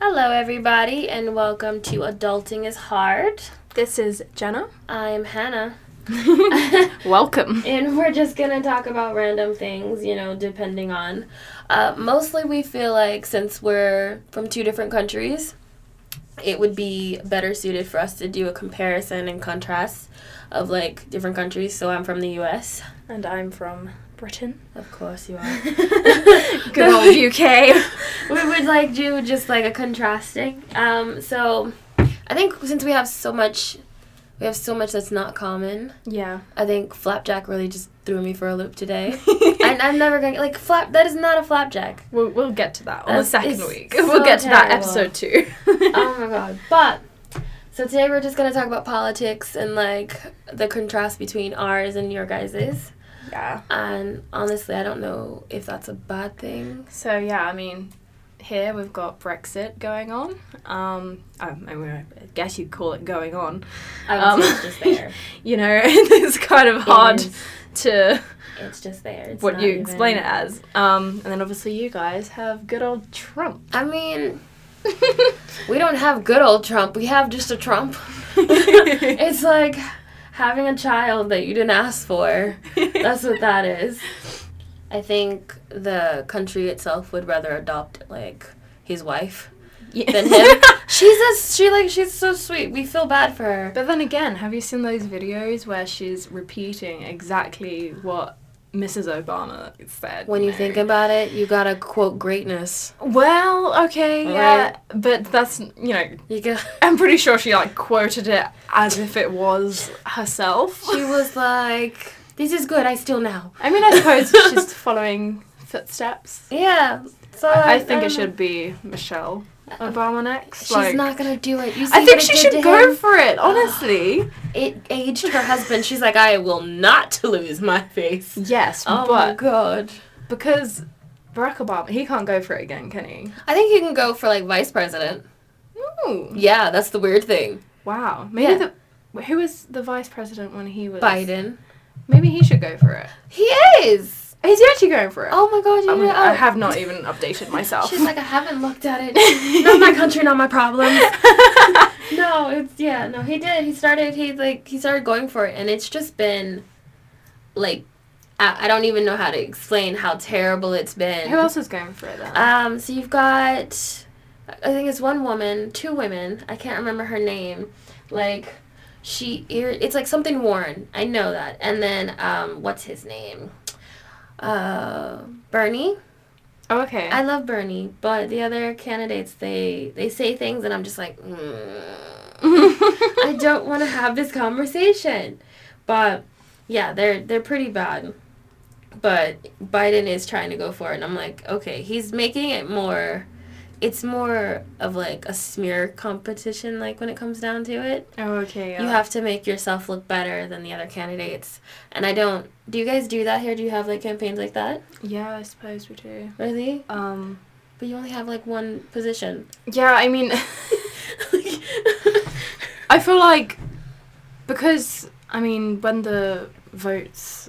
Hello, everybody, and welcome to Adulting is Hard. This is Jenna. I'm Hannah, Welcome. and we're just gonna talk about random things, you know, depending on. Uh, mostly, we feel like since we're from two different countries, it would be better suited for us to do a comparison and contrast of like different countries. So, I'm from the US. And I'm from Britain. Of course, you are. Good old UK. we would like do just like a contrasting. Um, so I think since we have so much, we have so much that's not common. Yeah. I think flapjack really just threw me for a loop today. and I'm never gonna like flap. That is not a flapjack. We'll, we'll get to that on That's- the second it's week. so we'll get to that terrible. episode two. Oh my god. But so today we're just gonna talk about politics and like the contrast between ours and your guys's. yeah. And honestly, I don't know if that's a bad thing. So, yeah, I mean, here we've got Brexit going on. Um, I, I mean, I guess you'd call it going on. I would Um, say it's just there. You know, it's kind of hard It is- to It's just there. It's what not you even- explain it as. Um, and then obviously you guys have good old Trump. I mean, We don't have good old Trump. We have just a Trump. it's like having a child that you didn't ask for. That's what that is. I think the country itself would rather adopt like his wife Yeah. than him. she's a, she like she's so sweet. We feel bad for her. But then again, have you seen those videos where she's repeating exactly what Mrs. Obama said? When you think about it, you gotta quote greatness. Well, okay, yeah, but that's you know, You go. I'm pretty sure she like quoted it as if it was herself. She was like, "This is good. I steal now." I mean, I suppose she's following footsteps. Yeah. So I, think it don't know. should be Michelle Obama next. um, uh, She's like, not gonna do it. You see I think what she it did should to go him? Oh. for it. Honestly, it aged her husband. She's like, I will not lose my face. yes, Oh my but god. because Barack Obama, he can't go for it again, can he? I think you can go for like vice president. Ooh. Yeah, that's the weird thing. Wow. Maybe Yeah. the who was the vice president when he was Biden. Maybe he should go for it. He is. Is he actually going for it? Oh my god, you Oh my know. God, I have not even updated myself. She's like, I haven't looked at it. not my country, not my problem. no, it's yeah, no, he did. He started. He like he started going for it, and it's just been like. I I don't even know how to explain how terrible it's been. who else is going for it then? Um, so you've got, I think it's one woman, two women. I can't remember her name. Like, she ir- it's like something Warren. I know that. And then um, what's his name? Uh, Bernie. oh, okay. I love Bernie, but the other candidates they they say things, and I'm just like, mm, I don't want to have this conversation. But yeah, they're they're pretty bad. But Biden is trying to go for it, and I'm like, okay, he's making it more. It's more of like a smear competition, like when it comes down to it. oh, okay. Yeah. You have to make yourself look better than the other candidates. And I don't. Do you guys do that here? Do you have like campaigns like that? Yeah, I suppose we do. Really? Um. But you only have like one position. Yeah, I mean, I feel like because I mean when the votes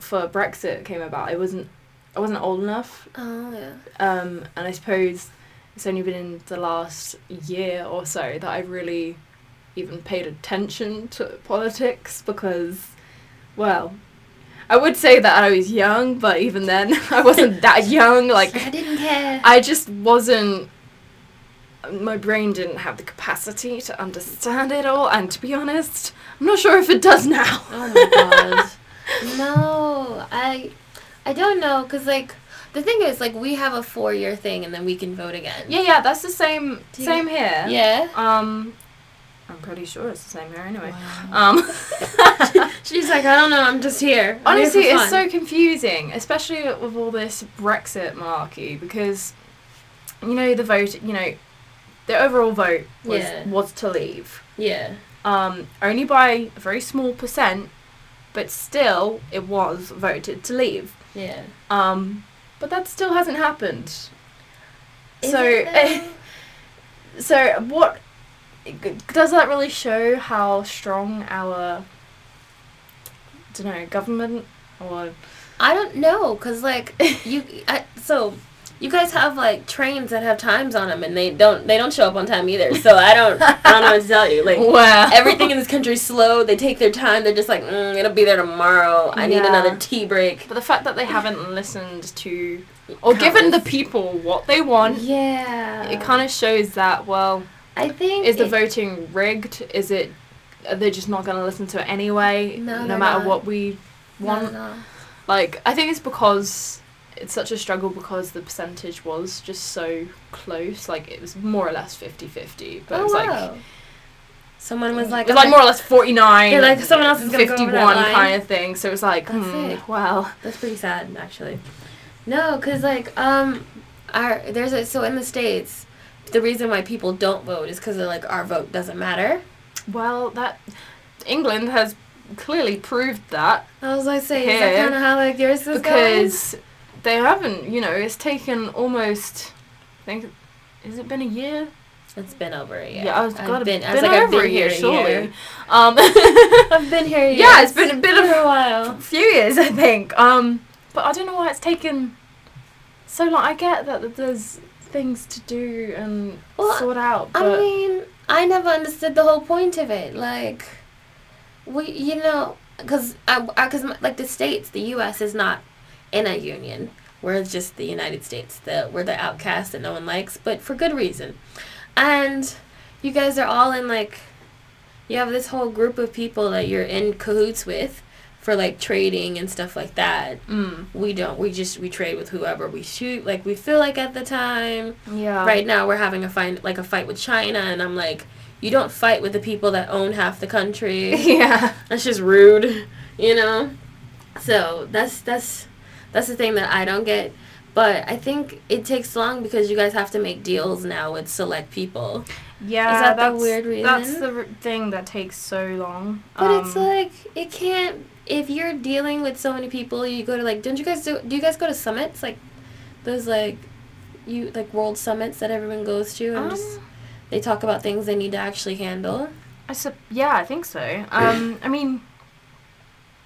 for Brexit came about, it wasn't I wasn't old enough oh yeah. Um, and I suppose it's only been in the last year or so that I've really even paid attention to politics because, well, I would say that I was young, but even then, I wasn't that young. I Like, didn't care. I just wasn't. My brain didn't have the capacity to understand it all, and to be honest, I'm not sure if it does now. oh my god. No, I, I don't know, cause like the thing is like we have a four year thing and then we can vote again. Yeah, yeah, that's the same. Do you- Same here. Yeah. Um, I'm pretty sure it's the same here anyway. Um, She's like, I don't know, I'm just here. I'm here honestly, for it's fun." so confusing, especially with all this Brexit malarkey, because you know the vote, you know, the overall vote was Yeah. was to leave, yeah. um, only by a very small percent, but still it was voted to leave. Yeah. Um, but that still hasn't happened. Is so. eh. it though? So what does that really show how strong our don't know government or I don't know, cause like you, I, so You guys have like trains that have times on them, and they don't they don't show up on time either. So I don't I don't know what to tell you. Like Wow. everything in this country's slow. They take their time. They're just like mm, it'll be there tomorrow. I need Yeah. another tea break. But the fact that they haven't listened to or given the people what they want, yeah, it kind of shows that well, I think is the it- voting rigged? Is it are they just not going to listen to it anyway, No, no they're matter not. what we No, want? no. Like I think it's because it's such a struggle because the percentage was just so close. Like it was more or less 50-50, but it was like Oh, wow. someone was like, oh it was like "Okay, more or less 49 Yeah, like, someone else is gonna go over that 51 line. kind of thing so it was like That's hmm, it. well That's pretty sad, actually. No, because like um, our there's a so in the states, the reason why people don't vote is because they're like our vote doesn't matter. well that england has clearly proved that I was like, say, is that Yeah. kind of how like yours is because they haven't you know it's taken almost i think has it been a year going? It's been over a year. yeah i've I've got been- been, I been, was like, I've over been a year here a surely year. um I've been here. Yeah, it's yes. been a bit of- Been a while. few years i think um but i don't know why it's taken so long i get that that there's things to do and Well, sort out but I mean, I never understood the whole point of it. Like, we, you know, because I, because like the states, the U.S. is not in a union. We're just the United States. The we're the outcast that no one likes, but for good reason. And you guys are all in like, you have this whole group of people that you're in cahoots with for like trading and stuff like that. mm, We don't. We just we trade with whoever we shoot. Like we feel like at the time yeah right now we're having a fight like a fight with China and I'm like you don't fight with the people that own half the country. yeah that's just rude, you know? So, that's that's that's the thing that I don't get. But I think it takes long because you guys have to make deals now with select people. Yeah, Is that the that's, weird reason? That's the r- thing that takes so long. But Um, it's like it can't if you're dealing with so many people, you go to like don't you guys do, do you guys go to summits like those like you like world summits that everyone goes to and um, just they talk about things they need to actually handle. I sup- yeah, I think so. Um, I mean,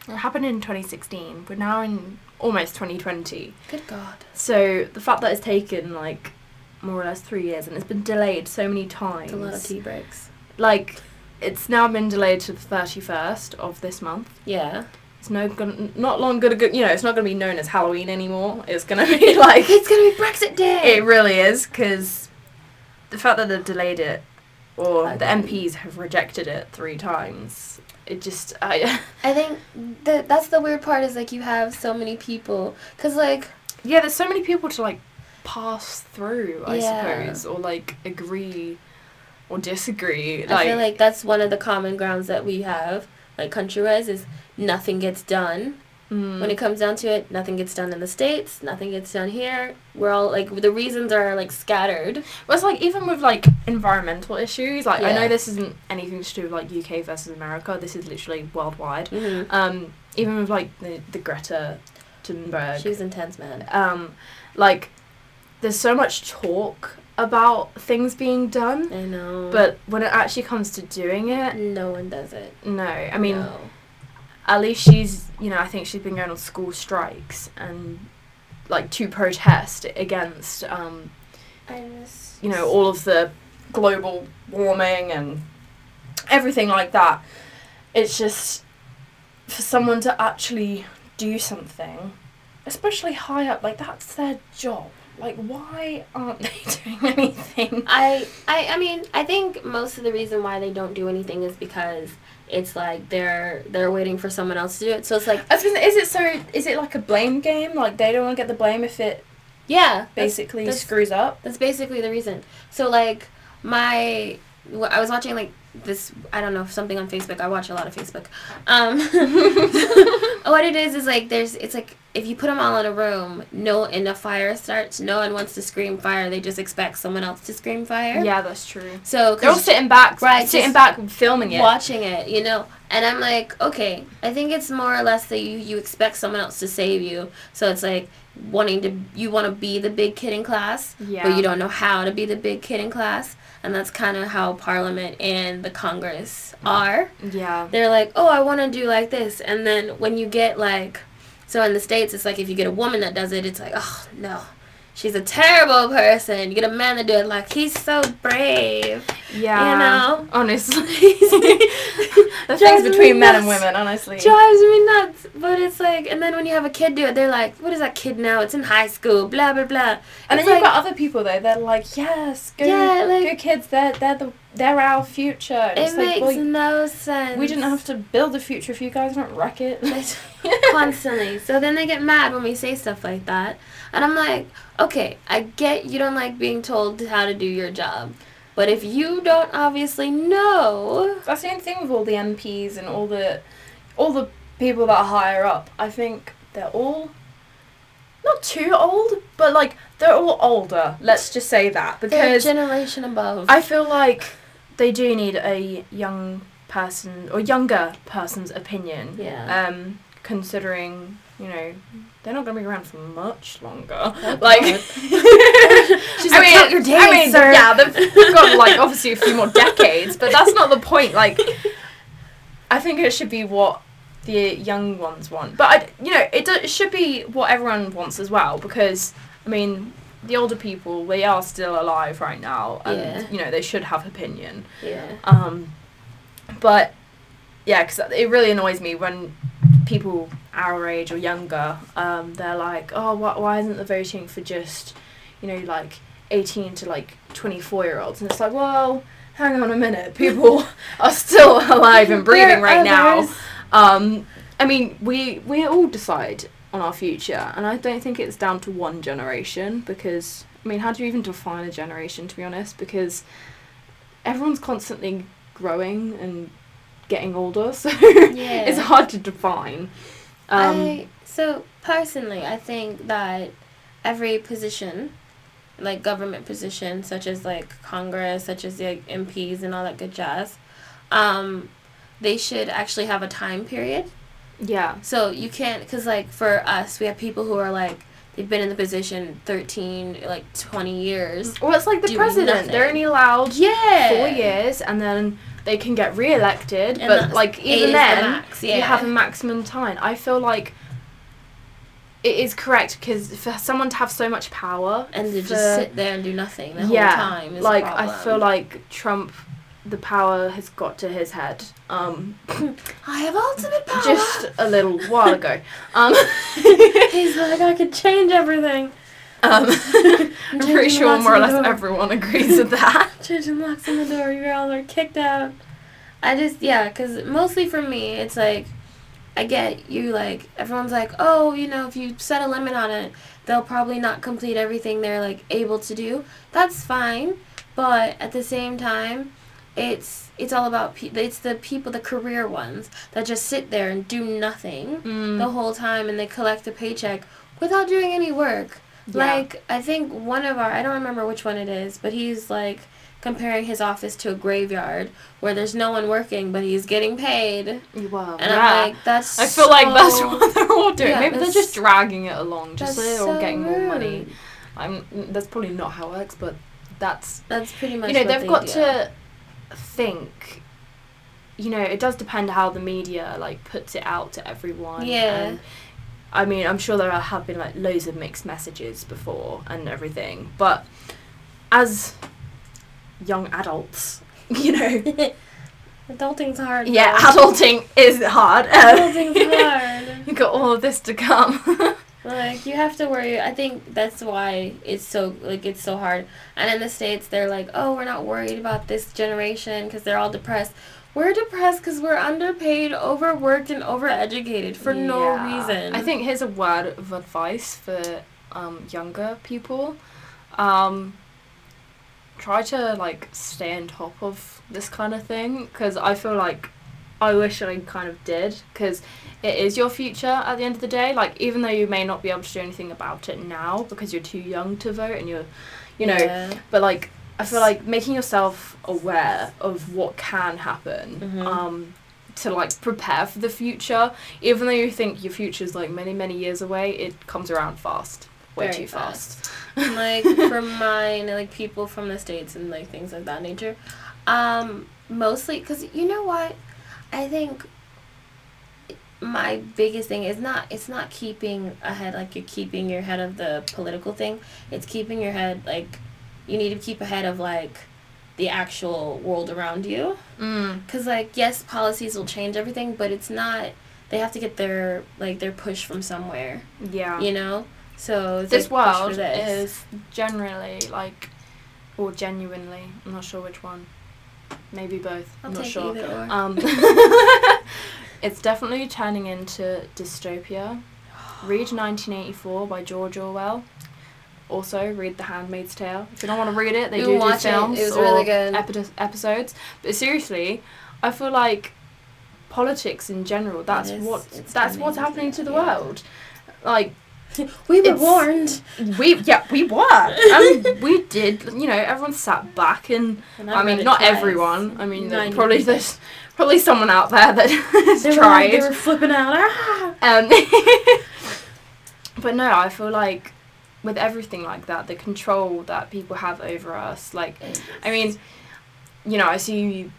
it happened in 2016. We're now in almost 2020. Good God. So the fact that it's taken like more or less three years and it's been delayed so many times. It's a lot of tea breaks. Like, it's now been delayed to the 31st of this month. Yeah. It's no gonna, not long gonna go, you know, it's not gonna be known as Halloween anymore. It's gonna be like It's gonna be Brexit Day. It really is because the fact that they've delayed it, or the MPs have rejected it three times, it just I I think that that's the weird part is like you have so many people, cause like yeah, there's so many people to like pass through, I Yeah. suppose, or like agree or disagree. I Like, feel like that's one of the common grounds that we have, like country wise, is nothing gets done. mm, When it comes down to it, nothing gets done in the states. Nothing gets done here. We're all like the reasons are like scattered. Well, it's like even with like environmental issues, like I Yeah. know this isn't anything to do with like UK versus America. This is literally worldwide. Mm-hmm. Um, even with like the the Greta Thunberg She was intense, man. um, like there's so much talk about things being done, I know. but when it actually comes to doing it, no one does it. no. I mean, No. at least she's, you know, I think she's been going on school strikes and like to protest against, um, I just you know, all of the global warming and everything like that. It's just for someone to actually do something, especially high up, like that's their job. Like, why aren't they doing anything? I, I I mean I think most of the reason why they don't do anything is because it's like they're they're waiting for someone else to do it. So it's like I was gonna say, is it so? Is it like a blame game? Like they don't want to get the blame if it yeah, that's, basically that's- screws up. that's basically the reason. So like my wh- I was watching like this I don't know something on Facebook. I watch a lot of Facebook. Um, what it is is like there's it's like if you put them all in a room, no and a fire starts, no one wants to scream fire. They just expect someone else to scream fire. Yeah, that's true. So They're all sitting back, Right, Sitting just back, and filming it. watching it, you know. And I'm like, okay, I think it's more or less that you, you expect someone else to save you. So it's like wanting to, you want to be the big kid in class, Yeah. but you don't know how to be the big kid in class. And that's kind of how Parliament and the Congress are. Yeah. They're like, oh, I want to do like this. And then when you get like, so in the States, it's like if you get a woman that does it, it's like, oh, no. she's a terrible person. You get a man to do it like he's so brave. Yeah. You know? Honestly. the Drives things me between men and nuts. women, honestly. Drives me nuts. But it's like, and then when you have a kid do it, they're like, "What is that kid now? It's in high school." Blah blah blah. and then It's you've like- got other people though, they're like, Yes, go Yeah, like- go kids, they're they're the they're our future. And It it's makes like, well, no sense. we didn't have to build the future if you guys don't wreck it. constantly. So then they get mad when we say stuff like that. And I'm like, okay, I get you don't like being told how to do your job. But if you don't obviously know, That's the only thing with all the MPs and all the all the people that are higher up. I think they're all not too old, but like they're all older. Let's just say that they're a because generation above. I feel like they do need a young person or younger person's opinion. yeah. Um, considering you know they're not going to be around for much longer. Oh, like, God. she's She's like, count your days, I mean, sir. yeah, they've got like obviously a few more decades, but that's not the point. Like, I think it should be what the young ones want, but I, you know, it, do, it should be what everyone wants as well. Because I mean, the older people they are still alive right now, and Yeah. you know they should have opinion. yeah. Um, but yeah, because it really annoys me when people our age or younger, um, they're like, oh, why, why isn't the voting for just, you know, like 18 to like 24 year olds? And it's like, well, hang on a minute, people are still alive and breathing There are right now. others. Um, I mean, we we all decide on our future, and I don't think it's down to one generation because I mean, how do you even define a generation? To be honest, because everyone's constantly growing and getting older, so Yeah. it's hard to define. Um, I, so personally, I think that every position, like government position, such as like Congress, such as the like, MPs and all that good jazz, um, they should actually have a time period. yeah, So you can't, cause like for us, we have people who are like they've been in the position thirteen, like twenty years. well, it's like the Do president; they're nothing. only allowed Yeah, four years, and then they can get re-elected. And but that's- like it even is the then, max, you yeah. have a maximum time. I feel like it is correct because for someone to have so much power and to for- just sit there and do nothing the yeah, whole time. Is like a I problem. feel like Trump, the power has got to his head. Um, I have ultimate power. just a little while ago. Um, he's like I could change everything. um, I'm pretty Changing the sure locks more or on the less door. everyone agrees with that. Changing locks on the door, you all are kicked out. I just, yeah, because mostly for me, it's like, I get you, like, everyone's like, oh, you know, if you set a limit on it, they'll probably not complete everything they're, like, able to do. That's fine, but at the same time, it's it's all about pe- it's the people the career ones that just sit there and do nothing the Mm. whole time and they collect a paycheck without doing any work Yeah. like I think one of our I don't remember which one it is, but he's like comparing his office to a graveyard where there's no one working but he's getting paid. And Wow. I'm like that's I feel like that's so- what they're all doing. Yeah, Maybe they're that's- just dragging it along, just so that's they're all so getting more money. rude. I'm. That's probably not how it works, but that's that's pretty much you know what they've they got do. to think. You know, it does depend how the media like puts it out to everyone. Yeah. and- I mean, I'm sure there are- have been like loads of mixed messages before and everything, but as young adults, you know, Adulting's hard. yeah, though. adulting is hard. Adulting's hard. you got all of this to come. Like you have to worry. I think that's why it's so like it's so hard. And in the states, they're like, oh, we're not worried about this generation because they're all depressed. We're depressed because we're underpaid, overworked, and overeducated for no Yeah. reason. I think here's a word of advice for um, younger people. Um, try to like stay on top of this kind of thing because I feel like I wish I kind of did because it is your future at the end of the day. Like even though you may not be able to do anything about it now because you're too young to vote and you're, you know, Yeah. but like I feel like making yourself aware of what can happen Mhm. um, to like prepare for the future, even though you think your future's like many many years away, it comes around fast, way Very too fast. And, like for mine, and, like people from the states and like things of that nature. Um, mostly because you know what, I think my biggest thing is not it's not keeping ahead like you're keeping your head of the political thing. It's keeping your head like you need to keep ahead of like the actual world around you. Mm. Cause like yes, policies will change everything, but it's not. They have to get their like their push from somewhere, Yeah. you know. So it's This like, push for world this. is generally like, or genuinely, I'm not sure which one. Maybe both. I'll I'm not take sure. either or. Um, it's definitely turning into dystopia. Read 1984 by George Orwell. Also, read The Handmaid's Tale. If you don't want to read it, they We do do watched it. It films was or really good. epi- episodes. But seriously, I feel like politics in general. That's is. what It's that's coming what's into happening to the that, yeah. world. Like we were it's- warned, we yeah we were. I mean, we did. You know, everyone sat back and and I, I've read mean, it not twice. everyone. I mean, there- 90%. probably there's probably someone out there that has They were, like, tried. they were flipping out. Ah! Um, but no, I feel like with everything like that, the control that people have over us, like I mean, you know, I see,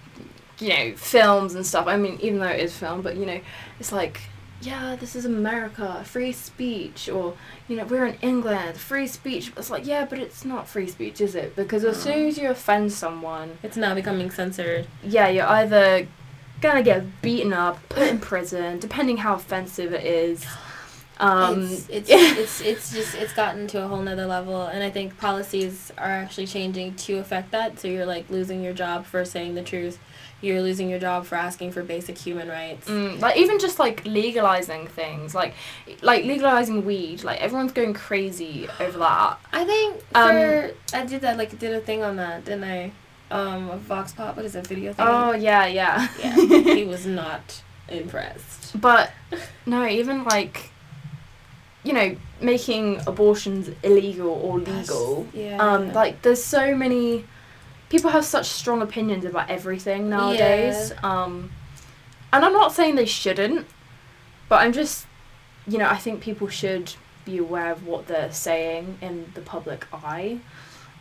you know, films and stuff. I mean, even though it is film, but you know, it's like, yeah, this is America, free speech, or you know, we're in England, free speech. It's like, yeah, but it's not free speech, is it? Because as Mm. soon as you offend someone, it's now becoming censored. yeah, you're either gonna get beaten up, put in prison, depending how offensive it is. Um, it's, it's, it's it's just it's gotten to a whole nother level, and I think policies are actually changing to affect that. So you're like losing your job for saying the truth. You're losing your job for asking for basic human rights. Mm, like even just like legalizing things, like like legalizing weed, like everyone's going crazy over that. I think Um, for I did that like did a thing on that, didn't I? Um, a Vox Pop. What is it? Video thing. Oh yeah, yeah. yeah. he was not impressed. But no, even like you know making abortions illegal or legal. Yeah. Um, like there's so many people have such strong opinions about everything nowadays. Um, and I'm not saying they shouldn't, but I'm just you know I think people should be aware of what they're saying in the public eye,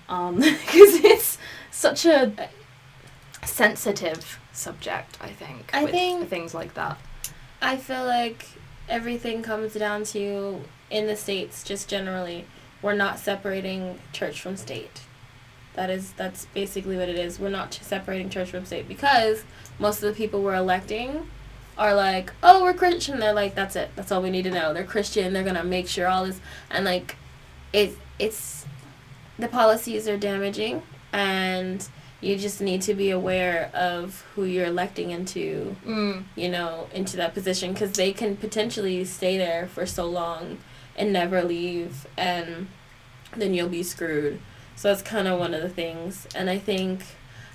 um, because it's such a sensitive subject. I think. I with think- things like that. I feel like everything comes down to in the states just generally we're not separating church from state. That is that's basically what it is. We're not separating church from state because most of the people we're electing are like, "Oh, we're Christian." They're like, "That's it. That's all we need to know." They're Christian. They're going to make sure all this and like it it's the policies are damaging and you just need to be aware of who you're electing into Mm. you know, into that position because they can potentially stay there for so long and never leave, and then you'll be screwed. So that's kind of one of the things. And I think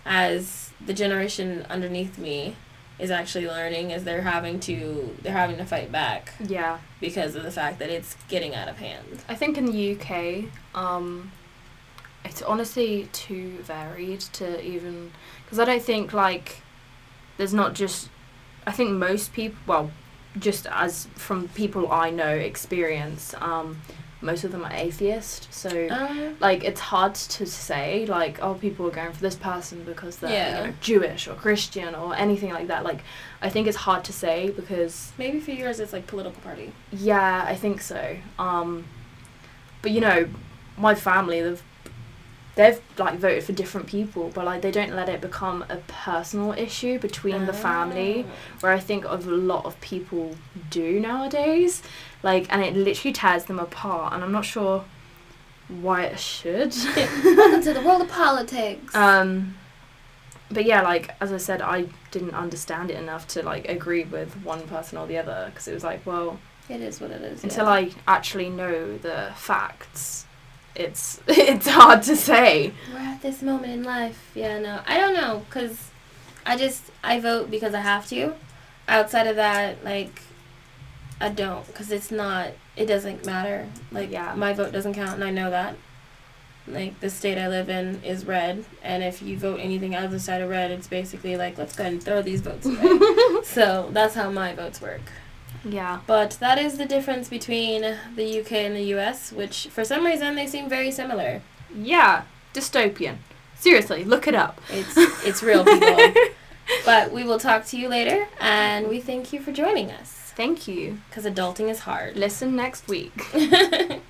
as the generation underneath me is actually learning is they're having to they're having to fight back Yeah. because of the fact that it's getting out of hand. I think in the UK, um, it's honestly too varied to even because I don't think like there's not just I think most people well just as from people I know experience um, most of them are atheist so Um, like it's hard to say like oh people are going for this person because they're Yeah. you know, Jewish or Christian or anything like that like I think it's hard to say because maybe for yours it's like political party. yeah, I think so. Um, but you know, my family they've they've like voted for different people, but like they don't let it become a personal issue between the Oh. family, Ah, where I think of a lot of people do nowadays. Like, and it literally tears them apart, and I'm not sure why it should. Welcome to the world of politics. Um, but yeah, like as I said, I didn't understand it enough to like agree with one person or the other because it was like, well it is what it is. until yeah. I actually know the facts, it's it's hard to say. we're at this moment in life. Yeah, no, I don't know, cause I just I vote because I have to. Outside of that, like I don't, cause it's not. It doesn't matter. Like Yeah. my vote doesn't count, and I know that. Like the state I live in is red, and if you vote anything other side of red, it's basically like let's go ahead and throw these votes away. so that's how my votes work. Yeah. But that is the difference between the UK and the US, which for some reason they seem very similar. Yeah. Dystopian. Seriously, look it up. It's it's real people. but we will talk to you later and we thank you for joining us. Thank you. because adulting is hard. Listen next week. Bye.